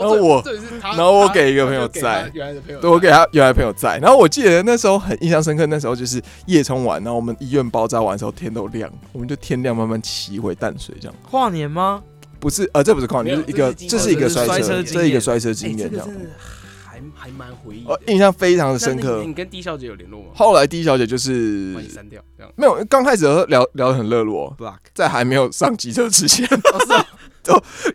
Speaker 2: 然后我
Speaker 4: 重点是他，
Speaker 2: 然后我
Speaker 4: 他
Speaker 2: 给一个朋友
Speaker 4: 他就给他
Speaker 2: 载
Speaker 4: 原来的朋友载，
Speaker 2: 对我给她原来朋友载，然后我记得那时候很印象深刻，那时候就是夜冲完，然后我们医院包扎完的时候天都亮，我们就天亮慢慢骑回淡水这样。
Speaker 5: 跨年吗？
Speaker 2: 不是，呃，这不是跨年，
Speaker 4: 没
Speaker 2: 就
Speaker 4: 有
Speaker 2: 是一个，
Speaker 4: 这
Speaker 2: 这
Speaker 4: 是
Speaker 2: 是一
Speaker 4: 经
Speaker 2: 个
Speaker 4: 验
Speaker 2: 摔
Speaker 4: 这是摔
Speaker 2: 车，
Speaker 4: 车经
Speaker 2: 这是一个
Speaker 5: 验
Speaker 2: 摔车
Speaker 4: 哎
Speaker 2: 经
Speaker 4: 这
Speaker 2: 验这
Speaker 4: 个
Speaker 2: 样
Speaker 4: 真，的还还蛮回忆的
Speaker 2: 呃，印象非常的
Speaker 4: 那
Speaker 2: 深
Speaker 4: 那
Speaker 2: 刻
Speaker 4: 你。你跟 D 小姐有联络吗？
Speaker 2: 后来 D 小姐就
Speaker 4: 把你
Speaker 2: 是
Speaker 4: 删掉，这样
Speaker 2: 没有，刚开始的时候聊聊得很热络，
Speaker 5: block
Speaker 2: 在还没有上机车之前
Speaker 4: 哦
Speaker 2: [laughs]
Speaker 4: 是啊，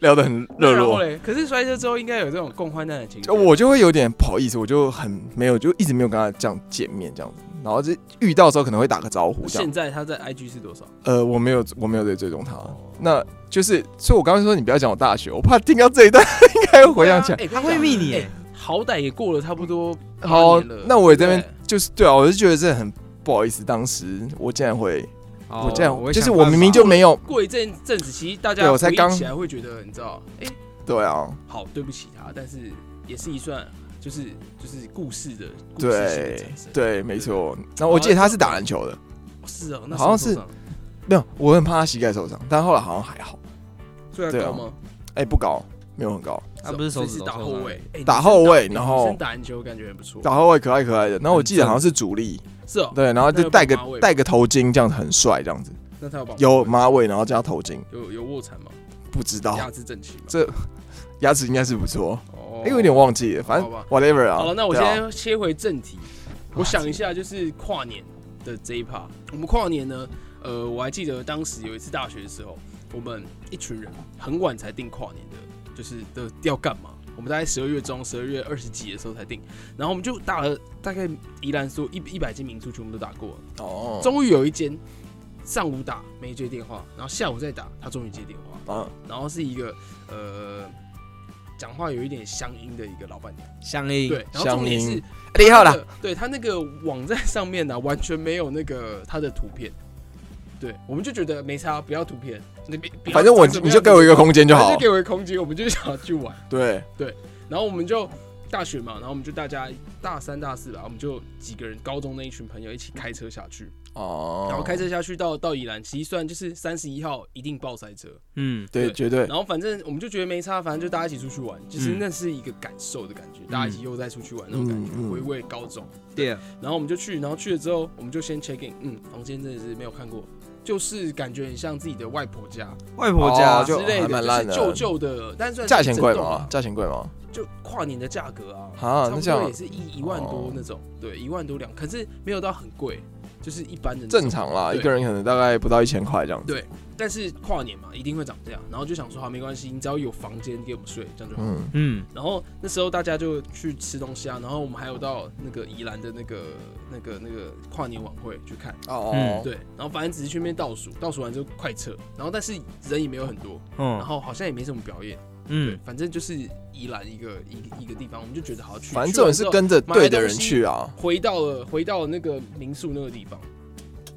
Speaker 2: 聊得很热
Speaker 4: 然啊后
Speaker 2: 络，
Speaker 4: 嘞，可是摔车之后应该有这种共患难的情
Speaker 2: 就
Speaker 4: 况。
Speaker 2: 我就会有点不好意思，我就很没有，就一直没有跟她这样见面这样子。然后就遇到的时候可能会打个招呼这
Speaker 4: 现
Speaker 2: 样。
Speaker 4: 在他在 IG 是多少？哦
Speaker 2: 呃，我没有，我没有在追踪她。那就是，所以我刚刚说你不要讲我大学，我怕听到这一段 [laughs] 应该会回想起来。
Speaker 4: 对啊哎
Speaker 5: 他会密你
Speaker 4: 哎好歹也过了差不多八
Speaker 2: 好
Speaker 4: 年了，
Speaker 2: 那我也这边
Speaker 4: 对不对
Speaker 2: 就是对啊，我就觉得这很不好意思，当时我竟然会，
Speaker 5: 哦
Speaker 2: 我竟然
Speaker 5: 会
Speaker 2: 就是
Speaker 5: 想
Speaker 2: 我
Speaker 5: 办
Speaker 2: 明明
Speaker 5: 法
Speaker 2: 就没有，
Speaker 4: 过一阵阵子，其实大家
Speaker 2: 对我才
Speaker 4: 回忆
Speaker 2: 刚
Speaker 4: 起来会觉得，你知道，哎，
Speaker 2: 对啊，
Speaker 4: 好对不起他，但是也是一算就是就是故事的故事性的
Speaker 2: 对
Speaker 4: 产生
Speaker 2: 对，没错。然后我记得他是打篮球的，
Speaker 4: 哦是啊，那
Speaker 2: 好像
Speaker 4: 什么时候
Speaker 2: 没有，我很怕他膝盖受伤，但后来好像还好，
Speaker 4: 上最
Speaker 2: 对
Speaker 4: 高
Speaker 2: 啊
Speaker 4: 吗？
Speaker 2: 哎，不高，没有很高，
Speaker 5: 他不是手
Speaker 4: 所以
Speaker 5: 指
Speaker 4: 是
Speaker 5: 头
Speaker 4: 打
Speaker 5: 受
Speaker 4: 后
Speaker 5: 伤
Speaker 4: 卫，哎
Speaker 2: 打后卫然
Speaker 4: 女
Speaker 2: 后
Speaker 4: 生打篮球感觉很不错，
Speaker 2: 打后卫可爱可爱的。然后我记得好像是主力，
Speaker 4: 是哦，
Speaker 2: 对，然后就戴个
Speaker 4: 那有绑马尾吗
Speaker 2: 戴个头巾，这样子很帅，这样子
Speaker 4: 那他有帮
Speaker 2: 有马尾，然后加头巾，
Speaker 4: 有有卧蚕吗？
Speaker 2: 不知道
Speaker 4: 压制正气吗？
Speaker 2: 这牙齿应该是不错，
Speaker 4: 哦
Speaker 2: 哎，有点忘记了，反正
Speaker 4: 好吧
Speaker 2: whatever 啊。
Speaker 4: 好了，那我
Speaker 2: 对啊啊
Speaker 4: 先切回正题，我想一下，就是跨年的这一趴。我们跨年呢，呃，我还记得当时有一次大学的时候，我们一群人很晚才定跨年的，就是的要干嘛。我们大概十二月中，十二月二十几的时候才定，然后我们就打了大概宜兰所有一一百间民宿全部都打过了，
Speaker 2: 哦，
Speaker 4: 终于有一间上午打没接电话，然后下午再打，他终于接电话，
Speaker 2: 啊，
Speaker 4: 然后是一个呃讲话有一点乡音的一个老板娘，
Speaker 5: 相应
Speaker 4: 对，然后重点
Speaker 2: 乡
Speaker 4: 是
Speaker 2: 音厉害
Speaker 4: 他
Speaker 2: 了
Speaker 4: 啊的，对他那个网站上面呢、完全没有那个他的图片，对，我们就觉得没差，不要图片，你别不要
Speaker 2: 反正我
Speaker 4: 长什么
Speaker 2: 你就
Speaker 4: 样
Speaker 2: 给我一个空间就
Speaker 4: 反
Speaker 2: 好
Speaker 4: 正。给我一个空间，我们就想要去玩。
Speaker 2: 对，
Speaker 4: 然后我们就大学嘛，然后我们就大家大三大四吧，我们就几个人高中那一群朋友一起开车下去，
Speaker 2: 哦，
Speaker 4: 然后开车下去到到宜兰，其实算就是三十一号一定爆塞车，
Speaker 5: 嗯，
Speaker 2: 对，
Speaker 4: 对
Speaker 2: 绝对嗯
Speaker 4: 然后反正我们就觉得没差，反正就大家一起出去玩，就是那是一个感受的感觉，大家一起又再出去玩那种感觉，
Speaker 2: 嗯嗯啊
Speaker 4: 回味高中。
Speaker 5: 对，
Speaker 4: 然后我们就去，然后去了之后，我们就先 check in，嗯，房间真的是没有看过，就是感觉很像自己的外婆家
Speaker 5: 外婆家
Speaker 2: 哦就
Speaker 4: 之类
Speaker 2: 还
Speaker 4: 的，
Speaker 2: 蛮
Speaker 4: 就
Speaker 2: 烂
Speaker 4: 是
Speaker 2: 的
Speaker 4: 旧旧的，但是
Speaker 2: 价钱贵吗
Speaker 4: 嘛？，
Speaker 2: 价钱贵吗？
Speaker 4: 就跨年的价格啊，
Speaker 2: 啊，
Speaker 4: 差
Speaker 2: 那哦
Speaker 4: 不
Speaker 2: 这
Speaker 4: 多
Speaker 2: 样
Speaker 4: 也是一一万多那种，对，一万多两，可是没有到很贵，就是一般的那种
Speaker 2: 正。常啦，
Speaker 4: 对
Speaker 2: 一个人可能大概不到一千块这样子。
Speaker 4: 对但是跨年嘛，一定会涨价，然后就想说好没关系，你只要有房间给我们睡，这样就好。
Speaker 2: 嗯，
Speaker 5: 嗯，
Speaker 4: 然后那时候大家就去吃东西啊，然后我们还有到那个宜兰的那个那个那个跨年晚会去看，
Speaker 2: 哦
Speaker 5: 嗯，
Speaker 4: 对，然后反正只是去那边倒数，倒数完之后快撤，然后但是人也没有很多，然
Speaker 5: 嗯
Speaker 4: 后好像也没什么表演，对
Speaker 5: 嗯，，
Speaker 4: 反正就是宜兰一个一个一个地方，我们就觉得好去，
Speaker 2: 反正
Speaker 4: 去
Speaker 2: 这种
Speaker 4: 完
Speaker 2: 是
Speaker 4: 之后
Speaker 2: 跟着对的人
Speaker 4: 买东西
Speaker 2: 去啊。
Speaker 4: 回到了回到了那个民宿那个地方，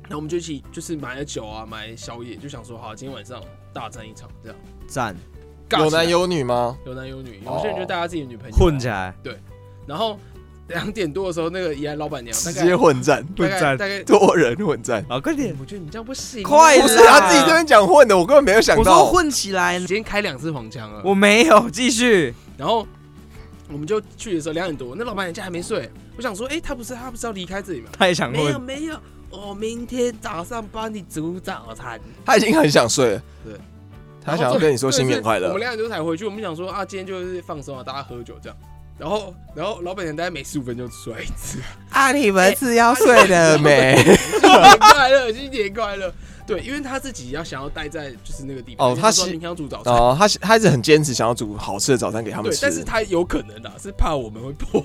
Speaker 4: 然后我们就一起就是买了酒啊，买宵夜，就想说好今天晚上大战一场这样，
Speaker 5: 赞，
Speaker 4: 尬
Speaker 2: 有
Speaker 4: 起来
Speaker 2: 男有女吗？
Speaker 4: 有男有女，
Speaker 2: 哦
Speaker 4: 有些人就带他自己的女朋友啊
Speaker 5: 混起来，
Speaker 4: 然后两点多的时候，那个宜兰老板娘大
Speaker 2: 直
Speaker 4: 概
Speaker 2: 接混战，
Speaker 4: 大概
Speaker 5: 混战
Speaker 4: 大概，
Speaker 2: 多人混战。
Speaker 5: 啊，快点，
Speaker 4: 我觉得你这样不行，啊
Speaker 5: 快啊
Speaker 4: 我
Speaker 5: 点
Speaker 2: 不是他自己这边讲混的，我根本没有想
Speaker 5: 我
Speaker 2: 到
Speaker 5: 说。混起来
Speaker 4: 今，天开两次黄腔了。啊
Speaker 5: 我没有，继续，
Speaker 4: 然后我们就去的时候两点多，那老板娘家还没睡，我想说，哎、他不是他不是要离开这里吗？
Speaker 5: 他也想
Speaker 4: 没有
Speaker 5: 混，
Speaker 4: 没有，我明天早上帮你煮早餐。
Speaker 2: 他已经很想睡了。
Speaker 4: 对，
Speaker 2: 他想要跟你说新年快
Speaker 4: 我
Speaker 2: 乐
Speaker 4: 们。两点多才回去，我们想说啊，今天就是放松啊，大家喝酒这样。然后，然后老板娘大概每十五分钟出来一次，哎
Speaker 5: 啊，你们是要
Speaker 2: 睡了没？
Speaker 4: 新年快乐，新年快乐。对，因为他自己要想要待在就是那个地方，
Speaker 2: 哦
Speaker 4: 因为
Speaker 2: 他
Speaker 4: 说
Speaker 2: 是
Speaker 4: 明天要煮早餐，
Speaker 2: 哦，他他一直很坚持想要煮好吃的早餐给他们
Speaker 4: 对，
Speaker 2: 吃。
Speaker 4: 但是他有可能啊，是怕我们会破，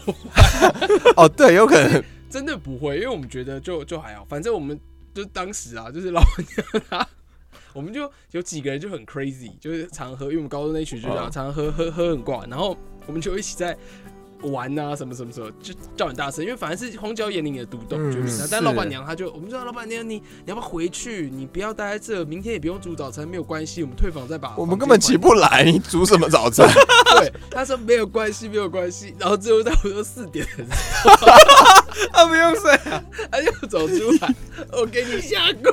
Speaker 2: 哦，对，有可能
Speaker 4: 真的不会，因为我们觉得就就还好，反正我们就当时啊，就是老板娘她， [laughs] 我们就有几个人就很 crazy，就是常喝，因为我们高中那一群就是啊，
Speaker 2: 嗯
Speaker 4: 常喝喝喝很挂，然后我们就一起在。玩啊，什么什么什么，就叫很大声，因为反正是荒郊野岭的独栋，
Speaker 2: 嗯
Speaker 4: 就是。
Speaker 5: 是
Speaker 4: 但老板娘她就，我们说老板娘你你要不要回去？你不要待在这，明天也不用煮早餐，没有关系，我们退房再把。
Speaker 2: 我们根本起不来，你煮什么早餐？
Speaker 4: 对，他说没有关系，没有关系。然后最后到我说四点的时候
Speaker 5: 啊，不用睡，
Speaker 4: 他就走出来， [laughs] 我给你下跪。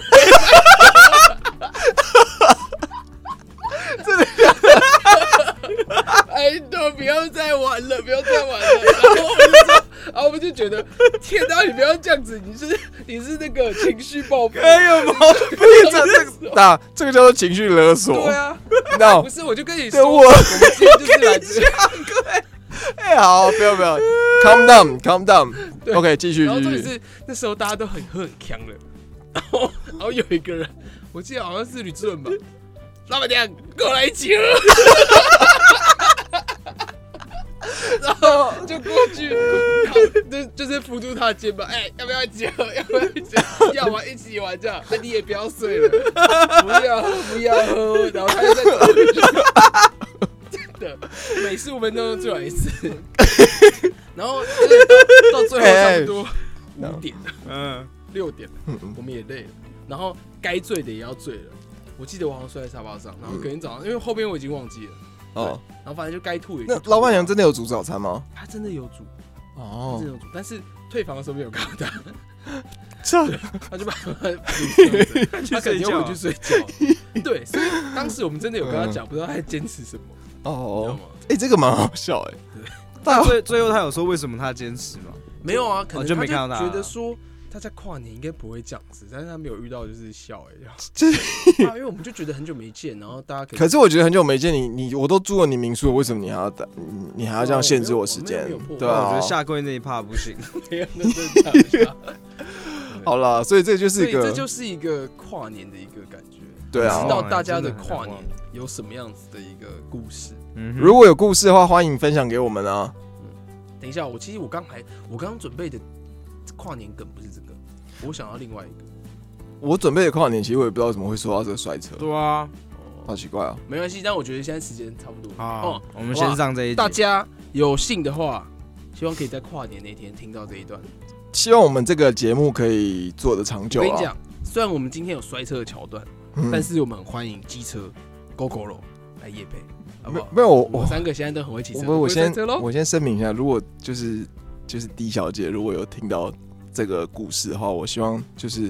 Speaker 4: 真的， [laughs] 哎，都不要再玩了，不要再玩了。然后我们就说，然后我们就觉得，天哪，你不要这样子，你是你是那个情绪爆发。
Speaker 5: 哎呦，毛病，
Speaker 2: 这这那这个叫做情绪勒索。
Speaker 4: 对啊，
Speaker 2: 那
Speaker 4: 不是，我就跟你
Speaker 2: 对
Speaker 4: 说，
Speaker 2: 我
Speaker 4: 我们今天就是来这。
Speaker 2: 哎，好，不要不要，calm down，calm down。
Speaker 4: 对
Speaker 2: OK，继续
Speaker 4: 然后
Speaker 2: 继
Speaker 4: 重点
Speaker 2: 续。
Speaker 4: 是那时候大家都很喝很强了， [laughs] 然后然后有一个人，我记得好像是吕志文吧，老板娘跟我来一起喝， [laughs] 然后就过去，然后就就是扶住他的肩膀，哎、要不要一起喝？要不要一起喝？要玩一起玩这样，那你也不要睡了，不要喝不要喝，然后他就在走回去。 [laughs] 真的，每十五分钟就出来一次，然后就是到到最后差不多五点、
Speaker 5: 嗯，
Speaker 4: 六点，
Speaker 2: 哎嗯嗯
Speaker 4: 我们也累了，然后该醉的也要醉了。我记得我好像睡在沙发上，然后隔天早上，因为后边我已经忘记了，
Speaker 2: 哦，
Speaker 4: 然后反正就该吐也就
Speaker 2: 那
Speaker 4: 吐了
Speaker 2: 老板娘真的有煮早餐吗？
Speaker 4: 她真的有煮，她
Speaker 2: 哦
Speaker 4: 真，的有煮，但是退房的时候没有看到 [laughs] 她，
Speaker 2: 这 [laughs]
Speaker 4: 她就把她煮这样子她肯
Speaker 5: 睡
Speaker 4: 定
Speaker 5: 觉
Speaker 4: 要回去睡觉。对，所以当时我们真的有跟她
Speaker 2: 嗯
Speaker 4: 讲，不知道她在坚持什么，你知道
Speaker 2: 哦，
Speaker 4: 吗？
Speaker 2: 哎，这个蛮好笑哎。
Speaker 5: 但最最后他有说为什么他坚持吗？
Speaker 4: 没有啊，可能
Speaker 5: 就
Speaker 4: 她
Speaker 5: 没看到她
Speaker 4: 觉得说。他在跨年应该不会这样子，但是他没有遇到就是笑哎、欸，
Speaker 2: 这
Speaker 4: 对啊，因为我们就觉得很久没见，然后大家可能
Speaker 2: 可
Speaker 4: [laughs]
Speaker 2: 是我觉得很久没见你，你我都住了你民宿了，为什么你还要打你你还要这样限制我时
Speaker 4: 哦
Speaker 2: 间
Speaker 4: 没有没有？
Speaker 2: 对
Speaker 5: 但
Speaker 2: 啊，
Speaker 5: 我觉得下跪那一趴不行，
Speaker 4: 天哪，真的假的
Speaker 2: 好了，所以这就是
Speaker 4: 所
Speaker 2: 一
Speaker 4: 以
Speaker 2: 个
Speaker 4: 这就是一个跨年的一个感觉，
Speaker 2: 对
Speaker 4: 知
Speaker 2: 啊。
Speaker 4: 道大家的跨年有什么样子的一个故事。
Speaker 5: 嗯哼，
Speaker 2: 如果有故事的话，欢迎分享给我们啊。
Speaker 4: 等一下，我其实我刚还我刚刚准备的跨年梗不是这个，我想要另外一个。
Speaker 2: 我准备的跨年，其实我也不知道怎么会说到这个摔车，
Speaker 5: 对啊，
Speaker 2: 好奇怪啊。
Speaker 4: 没关系，但我觉得现在时间差不多。
Speaker 5: 好
Speaker 4: 哦，，
Speaker 5: 我们先上这一集
Speaker 4: 大，家有幸的话，希望可以在跨年那天听到这一段。
Speaker 2: 希望我们这个节目可以做的长
Speaker 4: 我
Speaker 2: 久
Speaker 4: 跟你
Speaker 2: 啊。
Speaker 4: 讲，虽然我们今天有摔车的桥段，
Speaker 2: 嗯
Speaker 4: 但是我们很欢迎机车、GoGoRo 来夜配，好不好？
Speaker 2: 没有我
Speaker 4: 我
Speaker 2: 我
Speaker 4: 们三个现在都很会骑车，
Speaker 2: 我我
Speaker 4: 会摔
Speaker 2: 先
Speaker 4: 车喽。
Speaker 2: 我先声明一下，如果就是就是 D 小姐如果有听到这个故事的话，我希望就是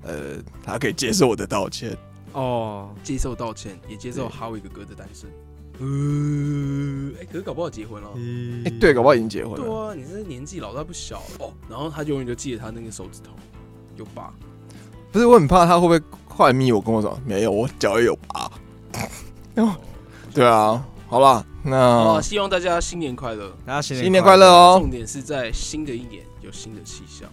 Speaker 2: 呃，她可以接受我的道歉。
Speaker 5: 哦，
Speaker 4: 接受道歉，也接受
Speaker 2: 对
Speaker 4: 哈维哥哥的单身。
Speaker 2: 嗯
Speaker 4: 呃，哎、可是搞不好结婚了。
Speaker 2: 哎、对，搞不好已经结婚
Speaker 4: 对
Speaker 2: 了。
Speaker 4: 啊，你这年纪老大不小了哦。然后他永远就记得他那个手指头有疤，
Speaker 2: 不是，我很怕她会不会后来密我跟我说没有，我脚也有疤。 [laughs] 哦对啊，好吧，
Speaker 4: 啊，
Speaker 2: 那
Speaker 4: 希望大家新年快乐。
Speaker 5: 大家新
Speaker 2: 哦新年快乐！哦。
Speaker 4: 重点是在新的一年有新的气象，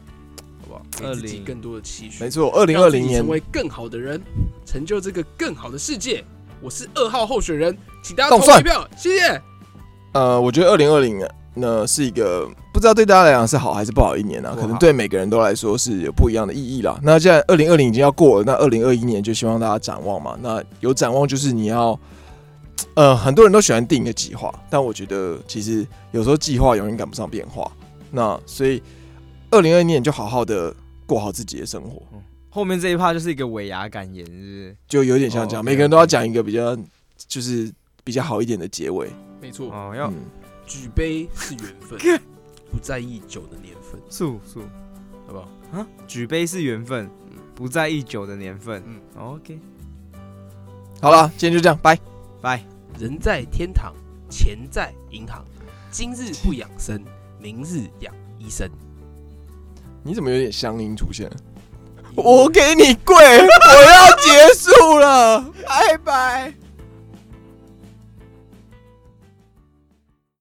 Speaker 4: 好不好？给自己
Speaker 5: 20
Speaker 4: 更多的期许
Speaker 2: 没，错，二零
Speaker 4: 让
Speaker 2: 二
Speaker 4: 自己
Speaker 2: 零年
Speaker 4: 成为更好的人，成就这个更好的世界。我是二号候选人，请大家
Speaker 2: 动
Speaker 4: 投
Speaker 2: 算
Speaker 4: 一票，谢谢。
Speaker 2: 呃，我觉得二零二零呢是一个不知道对大家来讲是好还是不好一年啊，
Speaker 4: 不好
Speaker 2: 可能对每个人都来说是有不一样的意义啦。那既然二零二零已经要过了，那二零二一年就希望大家展望嘛。那有展望就是你要，呃，很多人都喜欢定一个计划，但我觉得其实有时候计划永远赶不上变化。那所以二零二一年就好好的过好自己的生活，
Speaker 5: 后面这一趴就是一个尾牙感言，是不是？
Speaker 2: 就有点像这样，
Speaker 5: 哦
Speaker 2: 每个人都要讲一个比较就是比较好一点的结尾。
Speaker 4: 没错，
Speaker 5: 哦，要
Speaker 2: 嗯，
Speaker 4: 举杯是缘分，不在意酒的年份，
Speaker 5: 素素
Speaker 4: 好不好？
Speaker 5: 啊，举杯是缘分，不在意酒的年份。
Speaker 4: 嗯
Speaker 5: 嗯，OK，
Speaker 2: 好了，今天就这样，拜。
Speaker 5: 拜。
Speaker 4: 人在天堂，钱在银行，今日不养生，明日养医生。
Speaker 2: 你怎么有点乡音出现？啊我给你跪，我要结束了，拜拜。